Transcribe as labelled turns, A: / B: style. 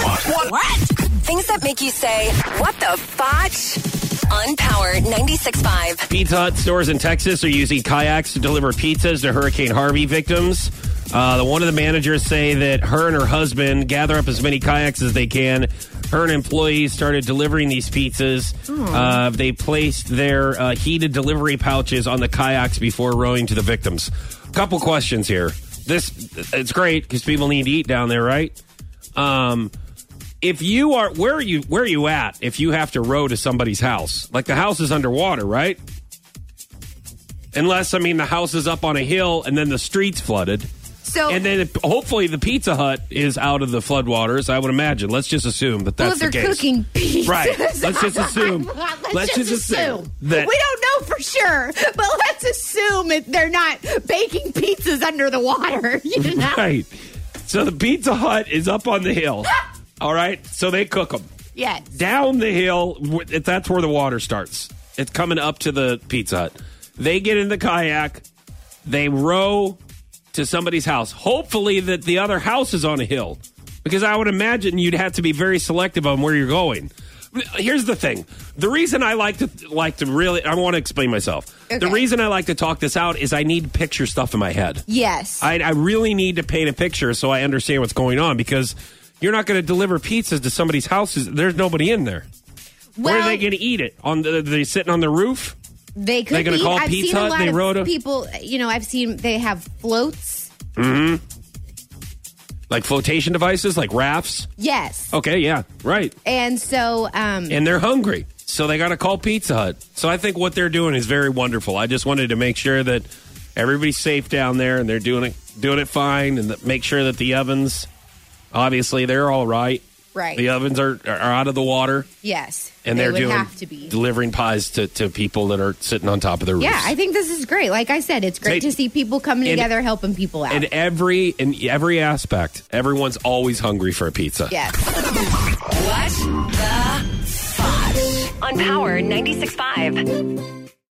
A: What?
B: Things that make you say, what the fotch? On Power 96.5.
A: Pizza Hut stores in Texas are using kayaks to deliver pizzas to Hurricane Harvey victims. Uh, the one of the managers say that her and her husband gather up as many kayaks as they can. Her and employees started delivering these pizzas. Uh, they placed their uh, heated delivery pouches on the kayaks before rowing to the victims. Couple questions here. This it's great because people need to eat down there, right? Um, if you are where are you where are you at if you have to row to somebody's house like the house is underwater right unless i mean the house is up on a hill and then the streets flooded
C: So,
A: and then it, hopefully the pizza hut is out of the floodwaters i would imagine let's just assume that
C: well,
A: that's
C: they're
A: the case
C: cooking pizzas.
A: Right. Let's just assume.
C: let's,
A: Let's
C: just,
A: just
C: assume.
A: assume that-
C: we don't know for sure, but let's assume it, they're not baking pizzas under the water. You know?
A: right so the pizza hut is up on the hill all right so they cook them
C: Yes.
A: down the hill. w- it- That's where the water starts. It's coming up to the Pizza Hut. They get in the kayak. They row to somebody's house. Hopefully, that the other house is on a hill, because I would imagine you'd have to be very selective on where you're going. Here's the thing: the reason I like to like to really, I want to explain myself. The
C: Okay.
A: reason I like to talk this out is I need picture stuff in my head.
C: Yes.
A: I, I really need to paint a picture so I understand what's going on because you're not going to deliver pizzas to somebody's houses. There's nobody in there. Where are
C: Well-
A: they going to eat it? On the, they sitting on the roof?
C: They could
A: They gonna
C: be.
A: call
C: I've
A: Pizza
C: seen
A: Hut?
C: a lot
A: They
C: of
A: wrote a-
C: people. You know, I've seen they have floats.
A: Like flotation devices, like rafts?
C: Yes,
A: Okay, yeah, right.
C: and so um,
A: And they're hungry, so they got to call Pizza Hut. So I think what they're doing is very wonderful. I just wanted to make sure that everybody's safe down there and they're doing it doing it fine, and that, make sure that the ovens, obviously, they're all right.
C: Right.
A: The ovens are are out of the water.
C: yes,
A: and
C: they
A: they're
C: would
A: doing
C: have to be.
A: delivering pies to, to people that are sitting on top of the roofs.
C: Yeah, I think this is great. Like I said, it's great
A: They-
C: to see people coming
A: and-
C: together, helping people out.
A: in every in every aspect, everyone's always hungry for a pizza.
C: yes,
B: What the fotch? On Power 96.5.